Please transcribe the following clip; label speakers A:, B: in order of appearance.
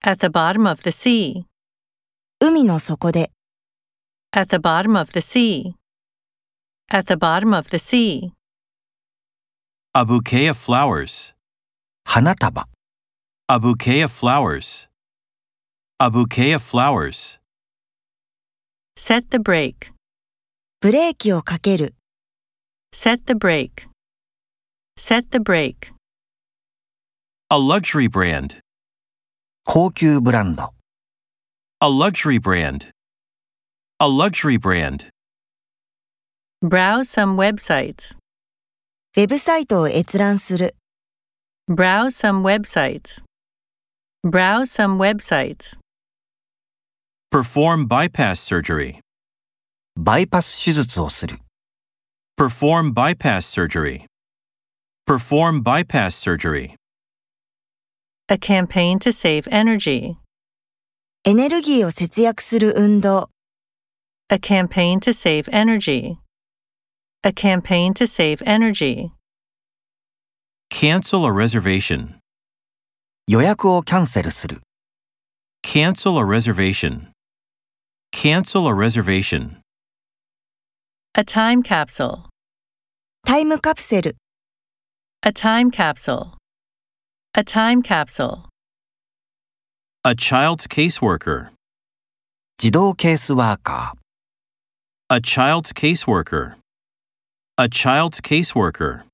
A: At the bottom of the sea.
B: 海の底で、
A: At the bottom of the sea. At the bottom of the sea.
C: A bouquet of flowers.
D: 花束、
C: A bouquet of flowers. A bouquet of flowers.
A: Set the brake.
B: ブレーキをかける、
A: Set the brake. Set the brake.
C: A luxury brand.
D: 高級ブランド、
C: A luxury brand. A luxury brand.
A: Browse some websites.
B: ウェブサイトを閲覧する、
A: Browse some websites. Browse some websites.
C: Perform bypass surgery.
D: バイパス手術をする、
C: Perform bypass surgery. Perform bypass surgery.
A: A campaign to save energy.
B: エネルギーを節約する運動、
A: A campaign to save energy. A campaign to save energy.
C: Cancel a reservation.
D: 予約をキャンセルする、
C: Cancel a reservation. Cancel a reservation.
A: A time capsule.
B: タイムカプセル、
A: A time capsule. A time capsule.
C: A child's caseworker.
D: 児童ケースワーカ
C: A child's caseworker. A child's caseworker.